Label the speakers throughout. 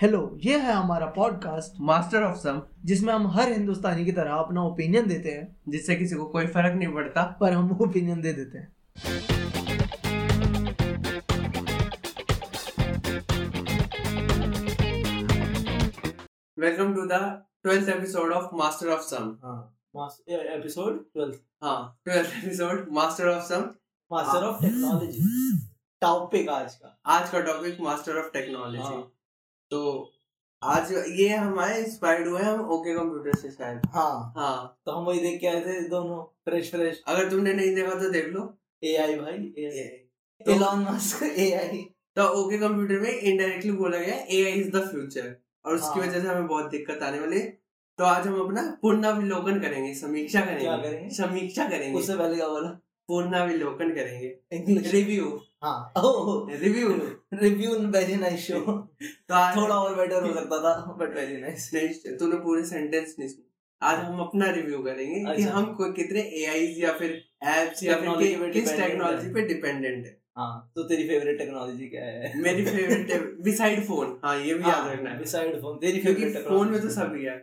Speaker 1: Hello ये है हमारा पॉडकास्ट
Speaker 2: मास्टर ऑफ सम
Speaker 1: जिसमें हम हर हिंदुस्तानी की तरह अपना ओपिनियन देते हैं
Speaker 2: जिससे किसी को कोई फर्क नहीं पड़ता
Speaker 1: पर हम ओपिनियन दे देते हैं
Speaker 2: welcome to the twelfth episode of master of some
Speaker 3: episode twelfth
Speaker 2: हाँ twelfth episode master of some
Speaker 1: हाँ।
Speaker 3: मास्टर ऑफ टेक्नोलॉजी टॉपिक आज का
Speaker 2: आज का टॉपिक मास्टर ऑफ टेक्नोलॉजी
Speaker 3: हाँ।
Speaker 2: तो आज ये हमारे इंस्पायर्ड हुए हैं हम ओके कंप्यूटर से शायद
Speaker 3: हाँ
Speaker 2: हाँ
Speaker 3: तो हम वही देख के आए थे दोनों फ्रेश फ्रेश
Speaker 2: अगर तुमने नहीं देखा तो देख लो
Speaker 3: एआई भाई
Speaker 2: ये।
Speaker 3: एआई एलॉन मस्क एआई
Speaker 2: तो ओके कंप्यूटर में इनडायरेक्टली बोला गया A I is the future और उसकी
Speaker 3: हाँ।
Speaker 2: वजह से हमें बहुत दिक्कत आने वाली है तो आज हम अपना पूर्णावलोकन करेंगे समीक्षा
Speaker 3: क्या
Speaker 2: करेंगे
Speaker 3: करेंगे
Speaker 2: समीक्षा करेंगे
Speaker 3: उससे पहले क्या बोला
Speaker 2: पूर्णावलोकन करेंगे
Speaker 3: इंग्लिश
Speaker 2: रिव्यू
Speaker 3: हाँ oh
Speaker 2: review
Speaker 3: review very nice show
Speaker 2: तो आज
Speaker 3: थोड़ा और बेटर हो सकता था बट वेरी नाइस
Speaker 2: नहीं, तूने पूरे सेंटेंस नहीं सुना आज हम अपना रिव्यू करेंगे कि
Speaker 3: अच्छा।
Speaker 2: हम कोई कितने एआईज या फिर एप्स या फिर
Speaker 3: Technology
Speaker 2: कि-
Speaker 3: पे
Speaker 2: किस
Speaker 3: dependent
Speaker 2: टेक्नोलॉजी
Speaker 3: है।
Speaker 2: पे डिपेंडेंट है
Speaker 3: हाँ तो तेरी फेवरेट टेक्नोलॉजी क्या है
Speaker 2: मेरी फेवरेट बिसाइड फोन हाँ ये भी याद रखना है
Speaker 3: बिसाइड फोन तेरी
Speaker 2: क्योंकि
Speaker 3: फेवरेट
Speaker 2: फोन में तो सभी है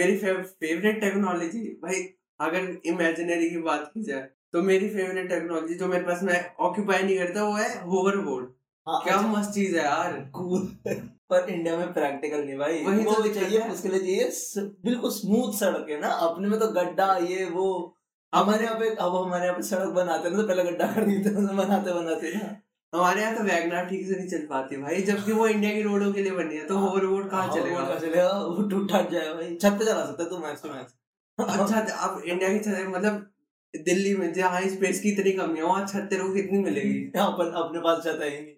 Speaker 2: मेरी फेवरेट टेक्नोलॉजी भाई अगर इमेजिनरी की बात की जाए तो मेरी फेवरेट टेक्नोलॉजी जो मेरे पास मैं ऑक्यूपाई नहीं करता वो है होवरबोर्ड
Speaker 3: हाँ,
Speaker 2: क्या
Speaker 3: अच्छा।
Speaker 2: मस्त चीज है यार
Speaker 3: कूल पर इंडिया में प्रैक्टिकल नहीं भाई
Speaker 2: वही
Speaker 3: वही
Speaker 2: तो
Speaker 3: तो
Speaker 2: दिक्कत
Speaker 3: चाहिए
Speaker 2: है।
Speaker 3: उसके लिए चाहिए स- बिल्कुल स्मूथ सड़क है ना अपने में तो गड्ढा ये वो हमारे यहाँ पे अब हमारे यहाँ पे सड़क बनाते हैं ना तो पहले गड्ढा कर देते हैं बनाते बनाते ना
Speaker 2: हमारे यहाँ तो वैगनार ठीक से नहीं चल पाती भाई जबकि वो इंडिया की रोडों के लिए बनी है तो
Speaker 3: हाँ।
Speaker 2: होवरबोर्ड कहाँ
Speaker 3: हाँ,
Speaker 2: चलेगा
Speaker 3: वो कहाँ चलेगा वो टूट टाट जाए भाई छत पे चला सकता है तू मैक्स टू मैक्स
Speaker 2: अच्छा अब इंडिया की छत मतलब दिल्ली में जहाँ स्पेस की इतनी कमी है वहाँ छत तेरे को कितनी मिलेगी
Speaker 3: यहाँ पर अपने पास छत है ही नहीं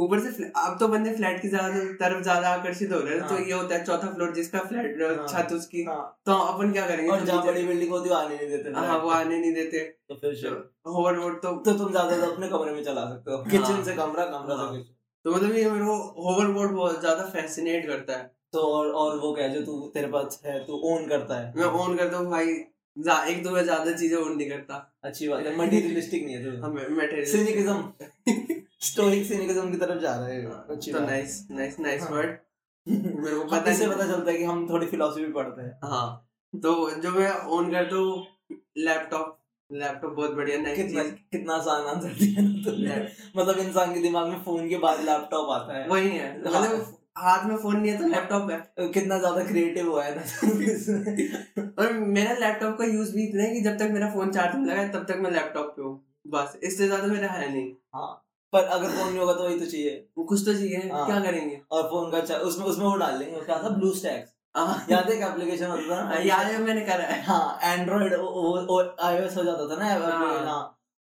Speaker 2: ऊपर से फ्ल- अब तो बंदे फ्लैट की ज्यादा तरफ ज्यादा आकर्षित हो रहे हैं तो
Speaker 3: हाँ।
Speaker 2: ये होता है चौथा फ्लोर जिसका फ्लैट
Speaker 3: हाँ।
Speaker 2: छत उसकी
Speaker 3: हाँ,
Speaker 2: तो अपन क्या करेंगे
Speaker 3: और
Speaker 2: सब
Speaker 3: जहाँ
Speaker 2: नीचे-
Speaker 3: बड़ी बिल्डिंग होती है वो आने नहीं देते
Speaker 2: हाँ वो आने नहीं देते
Speaker 3: तो फिर से-
Speaker 2: होवर रोड तो
Speaker 3: तो तुम ज्यादा तो अपने कमरे में चला सकते हो किचन से कमरा कमरा
Speaker 2: हाँ।
Speaker 3: से किचन
Speaker 2: तो मतलब ये मेरे को होवर बोर्ड बहुत ज्यादा फैसिनेट करता है
Speaker 3: तो और और वो क्या है जो तू तेरे पास है तू ओन करता है
Speaker 2: मैं ऑन करता हूँ भाई जा- एक दो मैं ज्यादा चीजें ऑन नहीं करता
Speaker 3: अच्छी बात है मटेरियलिस्टिक नहीं है तू
Speaker 2: हम मेटेरियल
Speaker 3: सिनिकिज्म स्टोइक सिनिकिज्म की तरफ जा रहे हो अच्छी
Speaker 2: तो
Speaker 3: बात
Speaker 2: नाइस नाइस नाइस
Speaker 3: हाँ।
Speaker 2: वर्ड मेरे को
Speaker 3: पता
Speaker 2: पता
Speaker 3: इससे
Speaker 2: नहीं-
Speaker 3: पता चलता है कि हम थोड़ी फिलोसफी पढ़ते हैं
Speaker 2: हाँ तो जो मैं ऑन करता हूँ लैपटॉप लैपटॉप बहुत बढ़िया नई
Speaker 3: कितना
Speaker 2: चीज
Speaker 3: कितना आसान आंसर दिया ना तुमने मतलब इंसान के दिमाग में फोन के बाद लैपटॉप आता है
Speaker 2: वही है
Speaker 3: हाँ।
Speaker 2: मतलब हाथ में फोन नहीं है तो लैपटॉप है
Speaker 3: कितना ज्यादा क्रिएटिव हुआ है ना
Speaker 2: और मेरा लैपटॉप का यूज भी इतना है कि जब तक मेरा फोन चार्ज में लगा है तब तक मैं लैपटॉप पे हूँ बस इससे ज्यादा मेरा है नहीं
Speaker 3: पर अगर फोन नहीं होगा तो वही तो चाहिए
Speaker 2: कुछ तो चाहिए
Speaker 3: हाँ।
Speaker 2: क्या करेंगे
Speaker 3: और फोन का चा- उसमें उसमें वो डाल लेंगे उसका था ब्लू स्टैक्स
Speaker 2: हाँ,
Speaker 3: याद है एक एप्लीकेशन होता था ना?
Speaker 2: याद है मैंने करा है
Speaker 3: हाँ एंड्रॉइड आईओएस हो जाता था ना अब
Speaker 2: हाँ।
Speaker 3: अपने- हाँ,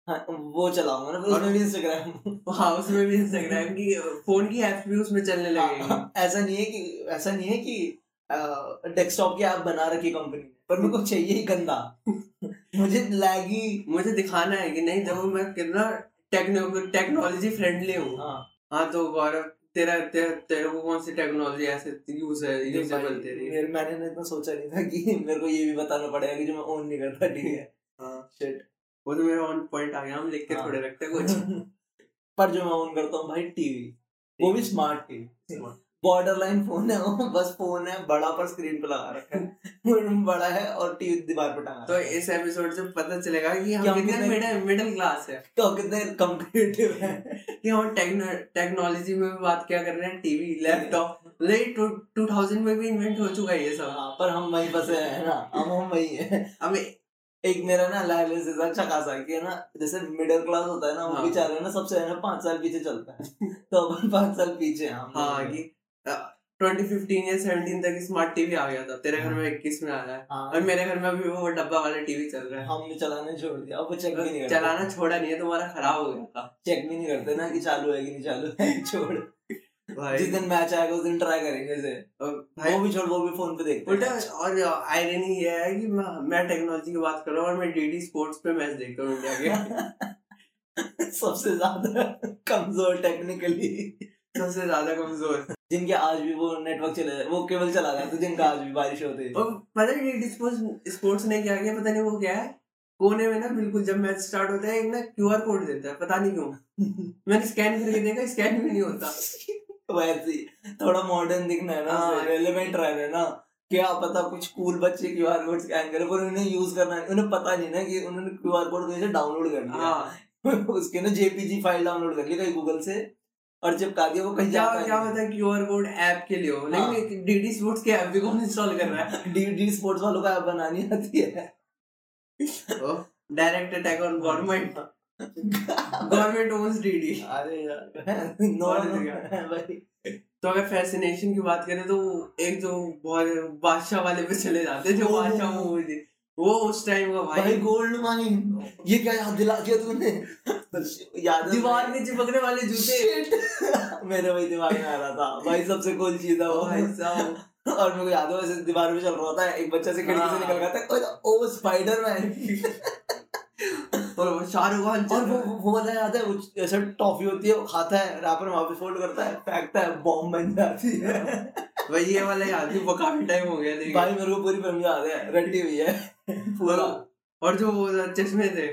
Speaker 3: हाँ, वो चलाऊंगा ना फिर
Speaker 2: और-
Speaker 3: उसमें भी इंस्टाग्राम
Speaker 2: हाँ उसमें भी इंस्टाग्राम की फोन की ऐप्स भी उसमें चलने लगेंगी
Speaker 3: ऐसा नहीं है कि ऐसा नहीं है कि डेस्कटॉप की ऐप बना रखी कंपनी ने पर मेरे को चाहिए ही गंदा मुझे लैगी
Speaker 2: मुझे दिखाना है कि नहीं देखो मैं कितना टेक्नो टेक्नोलॉजी फ्रेंडली हूँ
Speaker 3: हाँ
Speaker 2: हाँ तो गौरव तेरा तेरा तेरे को कौन सी टेक्नोलॉजी ऐसे यूज है यूजेबल तेरी
Speaker 3: मेरे मैंने ना इतना सोचा नहीं था कि मेरे को ये भी बताना पड़ेगा कि जो मैं ऑन नहीं करता ठीक है
Speaker 2: हाँ
Speaker 3: Shit.
Speaker 2: वो तो मेरा ऑन पॉइंट आ गया हम लिख के
Speaker 3: हाँ।
Speaker 2: थोड़े रखते हैं कुछ
Speaker 3: पर जो मैं ऑन करता हूँ भाई टीवी वो भी smart TV
Speaker 2: Smart.
Speaker 3: Border line phone है वो बस फोन है बड़ा पर स्क्रीन पे लगा रखा है बड़ा है और टीवी दीवार पे टांगा
Speaker 2: तो
Speaker 3: रखा है।
Speaker 2: इस एपिसोड से पता चलेगा कि
Speaker 3: कि
Speaker 2: हम
Speaker 3: हम
Speaker 2: कितने
Speaker 3: कितने-
Speaker 2: मिडिल मिडिल क्लास है
Speaker 3: तो कितने कंपेटिटिव है
Speaker 2: कि हम टेक्नोलॉजी में भी बात क्या कर रहे हैं टीवी लैपटॉप ले टू थाउजेंड में भी इन्वेंट हो चुका है ये सब
Speaker 3: हाँ, पर हम वहीं फंसे हैं ना हम हम वहीं हैं
Speaker 2: अब
Speaker 3: एक मेरा ना लाइब्रेरी से अच्छा खासा है कि है ना जैसे मिडिल क्लास होता है ना वो
Speaker 2: हाँ।
Speaker 3: बेचारे ना सबसे है ना पाँच साल पीछे चलता है तो अपन पाँच साल पीछे हैं हम
Speaker 2: हाँ
Speaker 3: लोग।
Speaker 2: कि ट्वेंटी फिफ्टीन या सेवनटीन तक स्मार्ट टीवी आ गया था तेरे घर में इक्कीस में आया है
Speaker 3: हाँ,
Speaker 2: और मेरे घर में अभी वो डब्बा वाला टीवी चल रहा है
Speaker 3: हमने चलाने छोड़ दिया अब वो चेक हाँ, भी नहीं करते
Speaker 2: चलाना छोड़ा नहीं है तुम्हारा खराब हो गया था
Speaker 3: चेक भी नहीं करते ना कि चालू है कि नहीं चालू है छोड़
Speaker 2: भाई
Speaker 3: जिस दिन मैच आएगा उस दिन ट्राई करेंगे इसे
Speaker 2: और
Speaker 3: वो
Speaker 2: भाई
Speaker 3: भी छोड़ वो भी फोन पे देखते
Speaker 2: उल्टा
Speaker 3: हैं
Speaker 2: और आयरनी ये है कि मैं मैं टेक्नोलॉजी की बात कर रहा हूँ और मैं डीडी स्पोर्ट्स पे मैच देखता हूँ इंडिया के
Speaker 3: सबसे ज्यादा कमजोर टेक्निकली
Speaker 2: सबसे ज्यादा कमजोर
Speaker 3: जिनके आज भी वो नेटवर्क चले वो केबल चला जाते जिनका आज भी बारिश होती है
Speaker 2: और पता है डीडी स्पोर्ट्स स्पोर्ट्स ने क्या किया पता नहीं वो क्या है कोने में ना बिल्कुल जब मैच स्टार्ट होता है एक ना क्यूआर कोड देता है पता नहीं क्यों मैंने स्कैन करके देखा स्कैन भी नहीं होता
Speaker 3: वैसे ही थोड़ा मॉडर्न दिखना है ना
Speaker 2: हाँ।
Speaker 3: रेलेवेंट रहना है ना क्या पता कुछ कूल बच्चे क्यू आर कोड स्कैन करे पर उन्हें यूज करना है उन्हें पता नहीं ना कि उन्होंने क्यू आर कोड कैसे डाउनलोड कर लिया
Speaker 2: हाँ
Speaker 3: उसके ना जेपीजी फाइल डाउनलोड कर ली कहीं गूगल से और चिपका दिया वो कहीं
Speaker 2: क्या
Speaker 3: जाता हाँ।
Speaker 2: क्या पता क्यू आर कोड ऐप के लिए हो लेकिन डीडी स्पोर्ट्स के ऐप भी कौन इंस्टॉल कर रहा है
Speaker 3: है डीवीडी स्पोर्ट्स वालों का ऐप बनानी आती है
Speaker 2: direct attack on government government owns DD
Speaker 3: अरे यार नो
Speaker 2: और इधर
Speaker 3: भाई
Speaker 2: तो अगर फैसिनेशन की बात करें तो एक जो बहुत बादशाह वाले पे चले जाते थे
Speaker 3: ओ,
Speaker 2: बादशाह
Speaker 3: ओ,
Speaker 2: मूवी थी वो उस टाइम का
Speaker 3: भाई
Speaker 2: भाई
Speaker 3: गोल्ड माइन ये क्या याद दिला दिया तूने याद है-
Speaker 2: दीवार में चिपकने वाले जूते
Speaker 3: Shit! मेरे भाई दिमाग में आ रहा था भाई सबसे कूल चीज था वो
Speaker 2: भाई साहब
Speaker 3: और मेरे को याद है वैसे दीवार में चल रहा था एक बच्चा से खिड़की से
Speaker 2: हाँ।
Speaker 3: निकल गया था तो, ओ स्पाइडरमैन
Speaker 2: और वो शाहरुख खान
Speaker 3: और
Speaker 2: चल
Speaker 3: वो वो- वो वाला याद है वो ऐसा टॉफी होती है वो खाता है रैपर वापस फोल्ड करता है फेंकता है बॉम्ब बन जाती है
Speaker 2: भाई ये वाला याद है वो काफी टाइम हो गया लेकिन
Speaker 3: भाई मेरे को पूरी फिल्म याद है रटी हुई है पूरा
Speaker 2: और- और जो वो चश्मे थे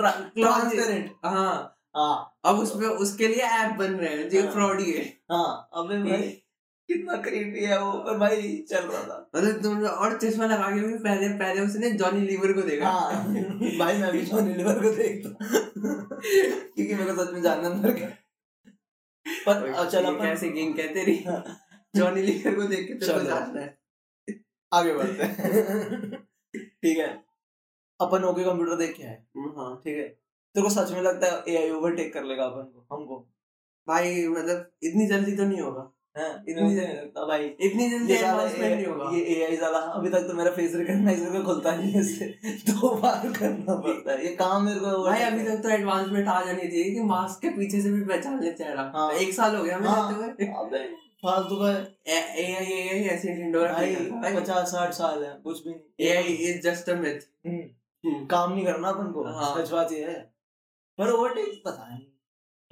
Speaker 3: ट्रांसपेरेंट
Speaker 2: हाँ
Speaker 3: हाँ
Speaker 2: अब उसपे उसके लिए ऐप बन रहे हैं जो
Speaker 3: हाँ।
Speaker 2: फ्रॉडी है
Speaker 3: हाँ अबे भाई कितना क्रीपी है वो पर भाई चल रहा था
Speaker 2: मतलब तुम और चश्मा लगा के भी पहले पहले उसने जॉनी लीवर को देखा
Speaker 3: हाँ भाई मैं भी जॉनी लीवर को देखता क्योंकि मेरे को सच में जानना अंदर का पर अब चल
Speaker 2: ये
Speaker 3: अपन हाँ।
Speaker 2: कैसे गेम कहते रही जॉनी लीवर को देख के तेरे को
Speaker 3: चलो।
Speaker 2: जानना है
Speaker 3: आगे बढ़ते हैं ठीक है अपन ओके कंप्यूटर देख के आए
Speaker 2: हाँ
Speaker 3: ठीक है तेरे को सच में लगता है एआई ओवरटेक कर लेगा अपन को हमको
Speaker 2: भाई मतलब इतनी जल्दी तो नहीं होगा
Speaker 3: हैं? इतनी देर नहीं लगता भाई
Speaker 2: इतनी जल्दी
Speaker 3: ये साला
Speaker 2: एडवांसमेंट नहीं होगा
Speaker 3: AI ये एआई साला अभी तक तो मेरा फेस रिकॉग्नाइजर का खुलता नहीं है इससे दो बार करना पड़ता है ये काम मेरे को
Speaker 2: भाई अभी तक तो एडवांसमेंट आ जानी चाहिए कि मास्क के पीछे से भी पहचान ले चेहरा
Speaker 3: हाँ।
Speaker 2: एक साल हो गया हमें
Speaker 3: हाँ।
Speaker 2: जाते हुए
Speaker 3: अबे फालतू का है
Speaker 2: एआई एआई ऐसे इंडोर
Speaker 3: भाई पचास साठ साल है कुछ भी नहीं
Speaker 2: AI is just a myth
Speaker 3: हम्म, काम नहीं करना अपन को
Speaker 2: हाँ।
Speaker 3: सच बात ये है पर ओवरटेक पता नहीं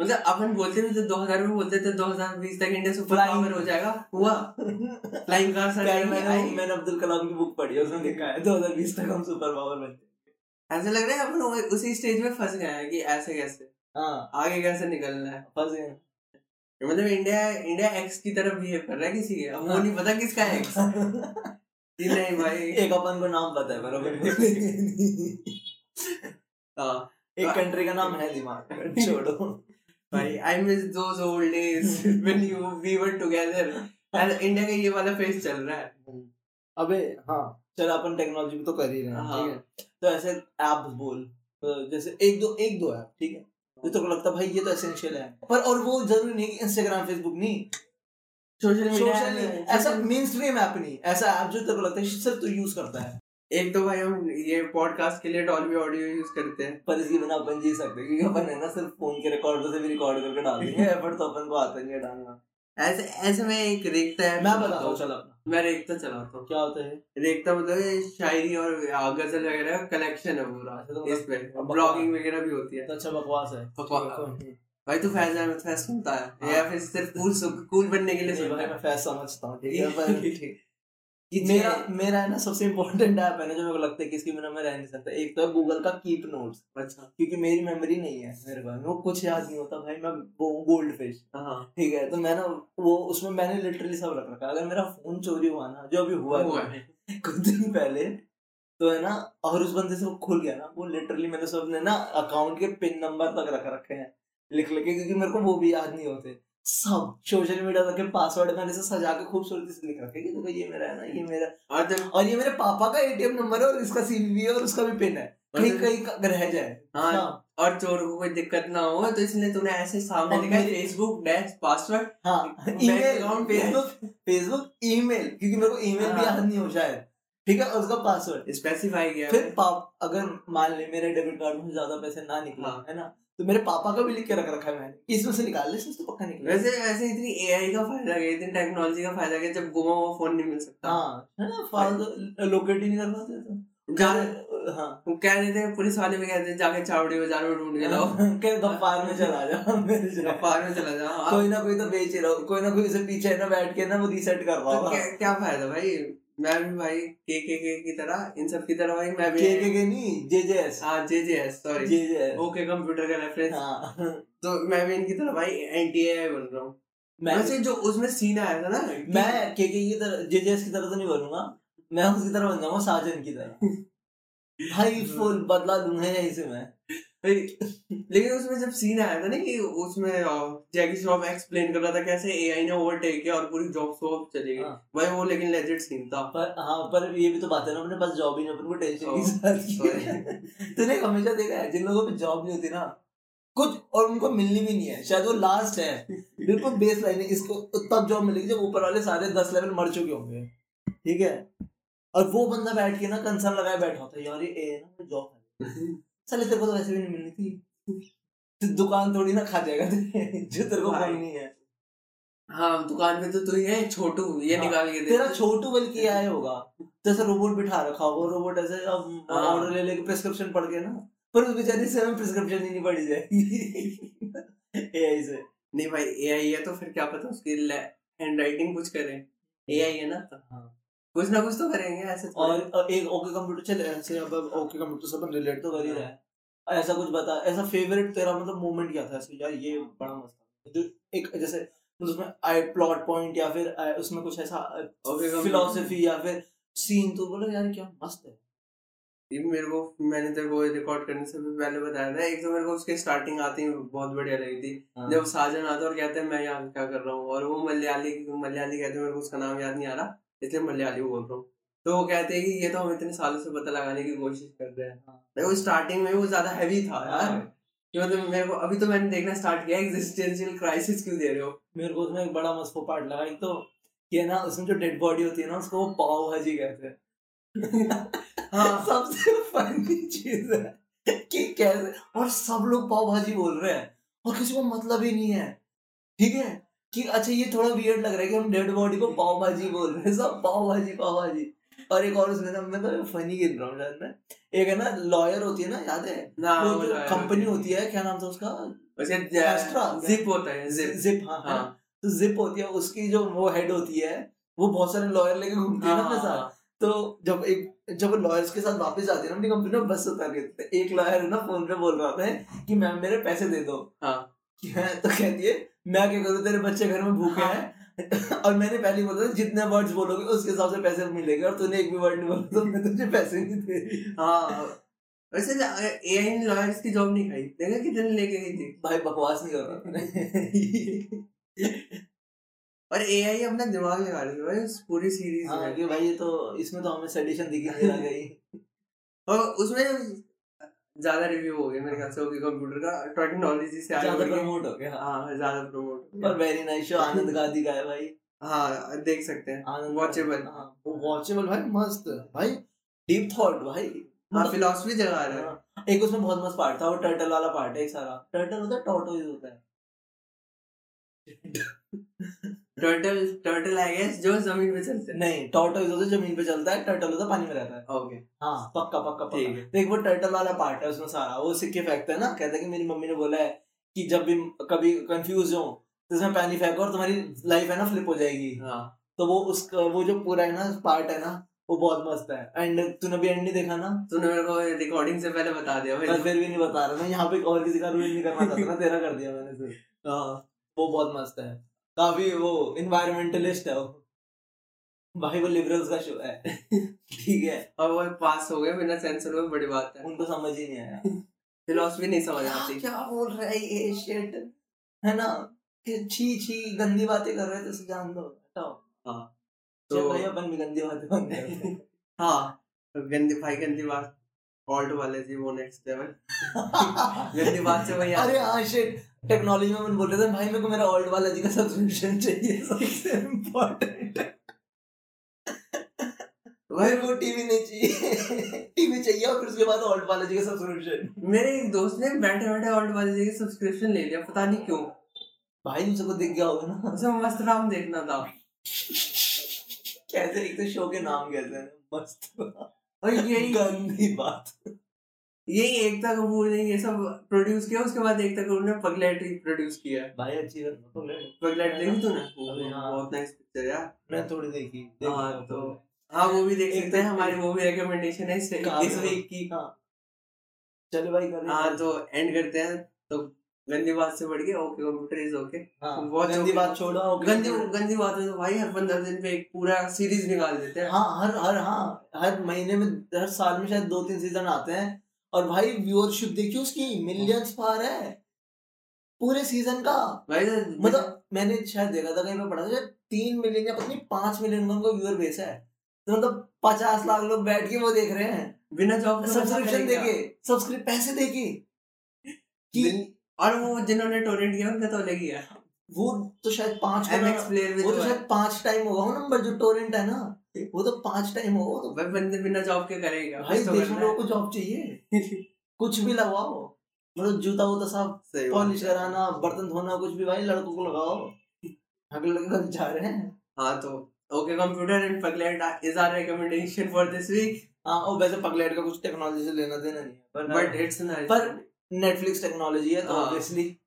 Speaker 2: मतलब अपन बोलते थे तो 2000 में बोलते थे 2020 तक इंडिया सुपर
Speaker 3: Flying-
Speaker 2: पावर हो जाएगा हुआ फ्लाइंग कार्स
Speaker 3: खैर, मैंने मैंने अब्दुल कलाम की बुक पढ़ी है उसमें लिखा है 2020 तक हम सुपर पावर बन जाएंगे।
Speaker 2: ऐसा लग रहा है अपन वो- उसी स्टेज में फंस गए हैं कि ऐसे कैसे
Speaker 3: हाँ
Speaker 2: आगे कैसे निकलना है
Speaker 3: फंस गए
Speaker 2: मतलब इंडिया इंडिया एक्स की तरफ बिहेव कर रहा है किसी के अब वो
Speaker 3: हाँ।
Speaker 2: नहीं पता किसका एक्स
Speaker 3: हैं।
Speaker 2: जी नहीं भाई
Speaker 3: एक अपन को नाम पता है पर अपन को
Speaker 2: हाँ
Speaker 3: एक कंट्री का नाम है दिमाग में, छोड़ो
Speaker 2: भाई I miss those old days when you we were together India का ये वाला फेज चल रहा है
Speaker 3: अबे हाँ चल अपन टेक्नोलॉजी तो कर ही रहे हैं
Speaker 2: हाँ।
Speaker 3: ठीक है तो ऐसे ऐप बोल तो जैसे एक दो एक दो ऐप ठीक है जो तो लगता है भाई ये तो एसेंशियल है पर और वो जरूरी नहीं इंस्टाग्राम फेसबुक नहीं
Speaker 2: सोशल
Speaker 3: सोशल नहीं
Speaker 2: मीडिया
Speaker 3: ऐसा मेन स्ट्रीम ऐप नहीं ऐसा ऐप जो तेरे को लगता है सिर्फ तू यूज करता है
Speaker 2: एक तो भाई हम ये पॉडकास्ट के लिए डॉल्बी ऑडियो यूज करते हैं
Speaker 3: पर इसके बिना अपन जी सकते हैं, क्योंकि अपन है ना सिर्फ फोन के रिकॉर्डर से भी रिकॉर्ड करके डाल देंगे एफर्ट तो अपन को आता नहीं है डालना
Speaker 2: ऐसे ऐसे में एक रेखता है
Speaker 3: मैं बताता हूँ चल अपना
Speaker 2: मैं रेखता चलाता हूँ
Speaker 3: क्या होता है
Speaker 2: रेखता मतलब ये शायरी और गजल वगैरह का कलेक्शन है पूरा
Speaker 3: अच्छा, तो
Speaker 2: इस पे
Speaker 3: बकवास।
Speaker 2: ब्लॉगिंग वगैरह भी होती है
Speaker 3: ये तो अच्छा बकवास है तो
Speaker 2: बकवास। भाई तू फैज अहमद फैज सुनता है
Speaker 3: हाँ।
Speaker 2: या फिर सिर्फ कूल कूल बनने के लिए
Speaker 3: नहीं
Speaker 2: सुनता
Speaker 3: भाई,
Speaker 2: है
Speaker 3: मैं फैस समझता हूँ ठीक है पर
Speaker 2: ठीक।
Speaker 3: मेरा मेरा है ना सबसे इम्पोर्टेंट ऐप है ना जो मेरे को लगता है कि इसके बिना मैं रह नहीं सकता एक तो है गूगल का कीप नोट्स
Speaker 2: अच्छा
Speaker 3: क्योंकि मेरी मेमोरी नहीं है मेरे पास वो कुछ याद नहीं होता भाई मैं वो गोल्ड फिश
Speaker 2: हाँ
Speaker 3: ठीक है तो मैं ना वो उसमें मैंने लिटरली सब रख रखा है। अगर मेरा फोन चोरी हुआ ना जो अभी हुआ
Speaker 2: हुआ
Speaker 3: है कुछ दिन पहले तो है ना और उस बंदे से वो खुल गया ना वो लिटरली मैंने सबने ना अकाउंट के पिन नंबर तक रख रखे हैं लिख लिख के क्योंकि मेरे को वो भी याद नहीं होते सब सोशल मीडिया तक के पासवर्ड मैंने से सजा के खूबसूरती से लिख रखे हैं कि देखो ये मेरा है ना ये मेरा
Speaker 2: और जब
Speaker 3: और ये मेरे पापा का एटीएम नंबर है और इसका सीवीवी है और उसका भी पिन है
Speaker 2: और
Speaker 3: कहीं
Speaker 2: जब-
Speaker 3: कहीं का- रह जाए
Speaker 2: मतलब- हाँ
Speaker 3: हाँ
Speaker 2: और चोर को कोई दिक्कत ना हो तो इसलिए तूने ऐसे सामने
Speaker 3: और
Speaker 2: लिखा
Speaker 3: मेरे-
Speaker 2: फेसबुक डैश पासवर्ड
Speaker 3: हाँ
Speaker 2: bank
Speaker 3: email
Speaker 2: account,
Speaker 3: Facebook Facebook email क्योंकि मेरे को ईमेल भी
Speaker 2: हाँ।
Speaker 3: याद नहीं हो शायद ठीक है और उसका पासवर्ड
Speaker 2: स्पेसिफाई किया
Speaker 3: फिर पाप अगर मान ले मेरे डेबिट कार्ड में से ज्यादा पैसे ना निकले
Speaker 2: हाँ।
Speaker 3: है ना तो मेरे पापा का भी लिख के रख रखा है मैंने कि इसमें से निकाल ले इसमें से तो पक्का
Speaker 2: है।
Speaker 3: निकले
Speaker 2: वैसे वैसे इतनी एआई का फायदा है इतनी टेक्नोलॉजी का फायदा है जब गुमा हुआ फोन नहीं मिल सकता
Speaker 3: हाँ है ना
Speaker 2: हाँ।
Speaker 3: फालतू लोकेट ही नहीं कर पाते तो
Speaker 2: जा
Speaker 3: हाँ
Speaker 2: वो कह रहे थे पुलिस वाले भी कहते थे, जाके चावड़ी बाजार में ढूंढ के लाओ
Speaker 3: कह गफ्फार तो में चला जा मिल जाए
Speaker 2: गफ्फार में चला जाओ हाँ, आप-
Speaker 3: कोई ना कोई तो बेच ही रहा हो, कोई ना कोई उसे पीछे है ना बैठ के ना वो रीसेट कर रहा
Speaker 2: तो
Speaker 3: होगा
Speaker 2: क्या क्या फायदा भाई मैं भी भाई के के के की तरह इन सब की तरह भाई मैं भी
Speaker 3: के के के नहीं जे जे एस
Speaker 2: हाँ J J S sorry
Speaker 3: J J S
Speaker 2: okay computer का रेफरेंस
Speaker 3: हाँ
Speaker 2: तो मैं भी इनकी तरह भाई एनटीए बन रहा हूँ
Speaker 3: मैं
Speaker 2: वैसे जो उसमें सीन आया था ना कि-
Speaker 3: मैं के की तरह जेजेएस की तरह तो नहीं बनूंगा मैं उसकी तरह बन जाऊंगा साजन की तरह भाई फुल बदला दूंगा यहीं से मैं
Speaker 2: लेकिन उसमें जब सीन आया था ना कि उसमें जैकी श्रॉफ एक्सप्लेन कर रहा था कैसे एआई ने ओवरटेक किया और पूरी जॉब सॉफ चली गई
Speaker 3: हाँ।
Speaker 2: भाई वो लेकिन लेजेंड सीन था
Speaker 3: पर हाँ पर ये भी तो बात है ना अपने पास जॉब ही नहीं अपन को टेंशन
Speaker 2: Oh,
Speaker 3: की साथ की है।
Speaker 2: sorry.
Speaker 3: तूने हमेशा देखा है जिन लोगों पे जॉब नहीं होती ना कुछ और उनको मिलनी भी नहीं है शायद वो लास्ट है बिल्कुल बेस लाइन है इसको तब जॉब मिलेगी जब ऊपर वाले सारे दस लेवल मर चुके होंगे ठीक है और वो बंदा बैठ के ना कंसर्न लगाए बैठा होता है यार ये ए है ना जॉब
Speaker 2: हाँ,
Speaker 3: साले तेरे को तो वैसे भी नहीं मिलनी थी तो दुकान थोड़ी ना खा जाएगा तुझे, जो तेरे को
Speaker 2: भाई।
Speaker 3: मिलनी है
Speaker 2: हाँ दुकान पे तो तू ही है छोटू ये
Speaker 3: हाँ,
Speaker 2: निकाल के दे
Speaker 3: तेरा छोटू बल्कि आया होगा जैसे रोबोट बिठा रखा होगा रोबोट ऐसे अब
Speaker 2: हाँ।
Speaker 3: ऑर्डर ले लेके प्रिस्क्रिप्शन पढ़ के ना पर उस बेचारी से हमें प्रिस्क्रिप्शन ही नहीं पड़ी जाएगी एआई से
Speaker 2: नहीं भाई एआई है तो फिर क्या पता उसकी हैंड राइटिंग कुछ करे एआई है ना तो कुछ ना कुछ तो करेंगे ऐसे थोड़ी।
Speaker 3: और और एक ओके कंप्यूटर चल ऐसे अब ओके कंप्यूटर से अपन रिलेट तो कर ही रहा है ऐसा कुछ बता ऐसा फेवरेट तेरा मतलब मोमेंट क्या था ऐसे यार ये बड़ा मस्त था जो एक जैसे मतलब उसमें आई प्लॉट पॉइंट या फिर आ, उसमें कुछ ऐसा
Speaker 2: Okay, computer.
Speaker 3: फिलोसफी या फिर सीन तो बोला यार क्या मस्त है
Speaker 2: ये मेरे को मैंने तेरे को रिकॉर्ड करने से भी पहले बताया था एक तो मेरे को उसके स्टार्टिंग आते ही बहुत बढ़िया लगी थी जब साजन आता है और कहते हैं मैं यहाँ क्या कर रहा हूँ और वो मलयाली मलयाली कहते हैं मेरे को उसका नाम याद नहीं आ रहा इसलिए मलयाली बोल रहा हूँ तो वो कहते हैं कि ये तो हम इतने सालों से पता लगाने की कोशिश कर रहे हैं
Speaker 3: हाँ।
Speaker 2: भाई वो स्टार्टिंग में वो ज्यादा हैवी था यार
Speaker 3: हाँ।
Speaker 2: कि मतलब मेरे को अभी तो मैंने देखना स्टार्ट किया एग्जिस्टेंशियल क्राइसिस क्यों दे रहे हो
Speaker 3: मेरे को उसमें एक बड़ा मस्त वो पार्ट लगा एक तो ये ना उसमें जो डेड बॉडी होती है ना उसको वो पाव भाजी कहते हैं
Speaker 2: हाँ।
Speaker 3: सबसे फनी चीज है कि कैसे और सब लोग पाव भाजी बोल रहे हैं और किसी को मतलब ही नहीं है ठीक है कि अच्छा ये थोड़ा वियर्ड लग रहा है कि हम डेड बॉडी को पाव भाजी बोल रहे हैं सब पाव भाजी पाव भाजी और एक और उसमें था मैं तो फनी गिन रहा हूँ शायद मैं एक है ना लॉयर होती है ना याद है
Speaker 2: ना
Speaker 3: हाँ,
Speaker 2: मतलब
Speaker 3: वो जो कंपनी होती है क्या नाम था उसका Astra?
Speaker 2: जिप होता है जिप
Speaker 3: जिप हाँ
Speaker 2: हाँ
Speaker 3: हाँ तो जिप होती है उसकी जो वो हेड होती है वो बहुत सारे लॉयर लेके घूमती है ना अपने साथ
Speaker 2: हाँ
Speaker 3: तो जब एक जब वो लॉयर्स के साथ वापस जाती है ना अपनी कंपनी में बस उतार देते हैं एक लॉयर है ना फोन पे बोल रहा होता है कि मैम मेरे पैसे दे दो
Speaker 2: हाँ।
Speaker 3: कि हैं तो कहती है मैं क्या करूँ तेरे बच्चे घर में भूखे
Speaker 2: हाँ।
Speaker 3: हैं और मैंने पहले ही बोला था जितने वर्ड्स बोलोगे उसके हिसाब से पैसे मिलेंगे और तूने एक भी वर्ड नहीं बोला तो मैं तुझे पैसे नहीं दे रही
Speaker 2: हाँ वैसे एआई ने लॉयर्स की जॉब नहीं खाई देखा कितने लेके गई थी
Speaker 3: भाई बकवास नहीं कर रहा तूने।
Speaker 2: और एआई अपना दिमाग लगा रही है भाई उस पूरी सीरीज
Speaker 3: हाँ
Speaker 2: में
Speaker 3: कि भाई ये तो इसमें तो हमें सेडिशन दिखी नहीं रह गई
Speaker 2: और उसमें ज्यादा रिव्यू हो गया मेरे ख्याल से ओके कंप्यूटर का टेक्नोलॉजी से आगे
Speaker 3: ज्यादा
Speaker 2: बढ़ के-
Speaker 3: प्रमोट तो हो गया
Speaker 2: हाँ ज्यादा promote हो
Speaker 3: पर
Speaker 2: गया।
Speaker 3: Very nice show Anand Gandhi का है भाई
Speaker 2: हाँ देख सकते हैं
Speaker 3: आनंद हाँ।
Speaker 2: Watchable.
Speaker 3: वॉचेबल भाई मस्त भाई डीप थॉट भाई मतलब
Speaker 2: हाँ फिलोसफी जगा रहा है
Speaker 3: हाँ। एक उसमें बहुत मस्त पार्ट था वो टर्टल वाला पार्ट है एक सारा टर्टल होता है टॉटोइज होता है
Speaker 2: टर्टल टर्टल आई गेस जो जमीन पे चलते हैं
Speaker 3: नहीं टॉटोइज होता है जमीन पे चलता है टर्टल होता है पानी में रहता है
Speaker 2: ओके
Speaker 3: हाँ पक्का पक्का पक्का
Speaker 2: ठीक है
Speaker 3: देख वो टर्टल वाला पार्ट है उसमें सारा वो सिक्के फेंकता है ना कहता है कि मेरी मम्मी ने बोला है कि जब भी कभी कंफ्यूज हो तो इसमें पानी फेंको और तुम्हारी लाइफ है ना फ्लिप हो जाएगी
Speaker 2: हाँ
Speaker 3: तो वो उसका वो जो पूरा है ना पार्ट है ना वो बहुत मस्त है एंड तूने भी एंड नहीं देखा ना
Speaker 2: तूने मेरे को रिकॉर्डिंग से पहले बता दिया
Speaker 3: मैं
Speaker 2: भाई
Speaker 3: फिर भी नहीं बता रहा मैं यहाँ पे और किसी का रूल नहीं करना चाहता ना तेरा कर दिया मैंने सिर्फ
Speaker 2: हाँ
Speaker 3: वो बहुत मस्त है काफी वो इन्वायरमेंटलिस्ट है वो भाई वो लिबरल्स का शो है ठीक है
Speaker 2: और वो पास हो गए बिना सेंसर हुए बड़ी बात है
Speaker 3: उनको समझ ही नहीं आया
Speaker 2: फिलोसफी नहीं समझ
Speaker 3: क्या
Speaker 2: आती
Speaker 3: क्या बोल रहा है ये शिट है ना कि छी छी गंदी बातें कर रहे थे उसे जान दो हटाओ हाँ।
Speaker 2: तो
Speaker 3: चल भाई अपन भी गंदी बातें बंद करते हैं।
Speaker 2: हाँ गंदी भाई गंदी बात ऑल्ट वाले जी वो नेक्स्ट लेवल गंदी बात से वही आ-
Speaker 3: अरे हाँ शिट टेक्नोलॉजी में अपन बोल रहे थे भाई मेरे को मेरा ओल्ड वाला जी का सब्सक्रिप्शन चाहिए सबसे इम्पोर्टेंट भाई वो टीवी नहीं चाहिए टीवी चाहिए और फिर उसके बाद ओल्ड वाला जी का सब्सक्रिप्शन
Speaker 2: मेरे एक दोस्त ने बैठे बैठे ऑल्ट वाले जी का सब्सक्रिप्शन ले लिया पता नहीं क्यों
Speaker 3: भाई उसे को दिख गया होगा ना
Speaker 2: उसे मस्त राम देखना था
Speaker 3: कैसे एक तो शो के नाम कहते हैं मस्त
Speaker 2: और यही
Speaker 3: गंदी बात
Speaker 2: यही एकता कपूर ने ये सब प्रोड्यूस किया उसके बाद एकता कपूर ने पगलेट प्रोड्यूस किया है हाँ,
Speaker 3: भाई अच्छी बात है, पकड़ ले।
Speaker 2: पगलेट देखी तूने वो
Speaker 3: अरे हाँ।
Speaker 2: बहुत नाइस पिक्चर यार
Speaker 3: मैं थोड़ी देखी
Speaker 2: हाँ,
Speaker 3: देखी।
Speaker 2: तो हाँ वो भी देख
Speaker 3: एक
Speaker 2: सकते हैं
Speaker 3: तो-
Speaker 2: हमारी वो भी रिकमेंडेशन है इस
Speaker 3: काफी-
Speaker 2: इस वीक की
Speaker 3: चलो हाँ। भाई करें
Speaker 2: हाँ तो एंड करते हैं तो गंदी बात से बढ़ के ओके कंप्यूटर इज ओके
Speaker 3: हाँ,
Speaker 2: बहुत
Speaker 3: गंदी
Speaker 2: हो
Speaker 3: बात
Speaker 2: गई।
Speaker 3: छोड़ो okay,
Speaker 2: गंदी
Speaker 3: छोड़ो।
Speaker 2: गंदी बात है तो भाई हर पंद्रह दिन पे एक पूरा सीरीज निकाल देते हैं
Speaker 3: हाँ हर हर हाँ हर महीने में हर साल में शायद दो तीन सीजन आते हैं और भाई व्यूअरशिप देखिए उसकी मिलियंस पार है पूरे सीजन का
Speaker 2: भाई
Speaker 3: मतलब मैंने शायद देखा था कहीं पे पढ़ा था शायद तीन मिलियन या पता नहीं पांच मिलियन का उनका व्यूअर बेस है तो मतलब पचास लाख लोग बैठ के वो देख रहे हैं
Speaker 2: बिना जॉब के
Speaker 3: सब्सक्रिप्शन देके सब्सक्रिप पैसे देके कि
Speaker 2: बिल- और वो जिन्होंने टोरेंट किया उनका तो अलग ही है
Speaker 3: वो तो शायद पांच
Speaker 2: एमएक्स
Speaker 3: करोड़-
Speaker 2: प्लेयर भी
Speaker 3: वो
Speaker 2: तो
Speaker 3: तो
Speaker 2: है।
Speaker 3: शायद पांच टाइम होगा वो नंबर जो टोरेंट है ना वो तो पांच टाइम होगा वो तो
Speaker 2: भाई बंदे बिना जॉब के करेगा
Speaker 3: भाई
Speaker 2: कुछ तो
Speaker 3: देश में
Speaker 2: करना
Speaker 3: लोगों को जॉब चाहिए
Speaker 2: है।
Speaker 3: कुछ भी लगाओ मतलब जूता वूता साफ
Speaker 2: सही बात
Speaker 3: पॉलिश
Speaker 2: है।
Speaker 3: कराना बर्तन धोना कुछ भी भाई लड़कों को लगाओ अगले लड़के घर जा रहे हैं
Speaker 2: हाँ तो okay computer and Pagglait is our recommendation for this week
Speaker 3: हाँ और वैसे पगलेट का कुछ टेक्नोलॉजी से लेना देना नहीं है हाँ। पर
Speaker 2: बट इट्स नाइस
Speaker 3: पर नेटफ्लिक्स टेक्नोलॉजी है तो
Speaker 2: हाँ।
Speaker 3: ऑब्वियसली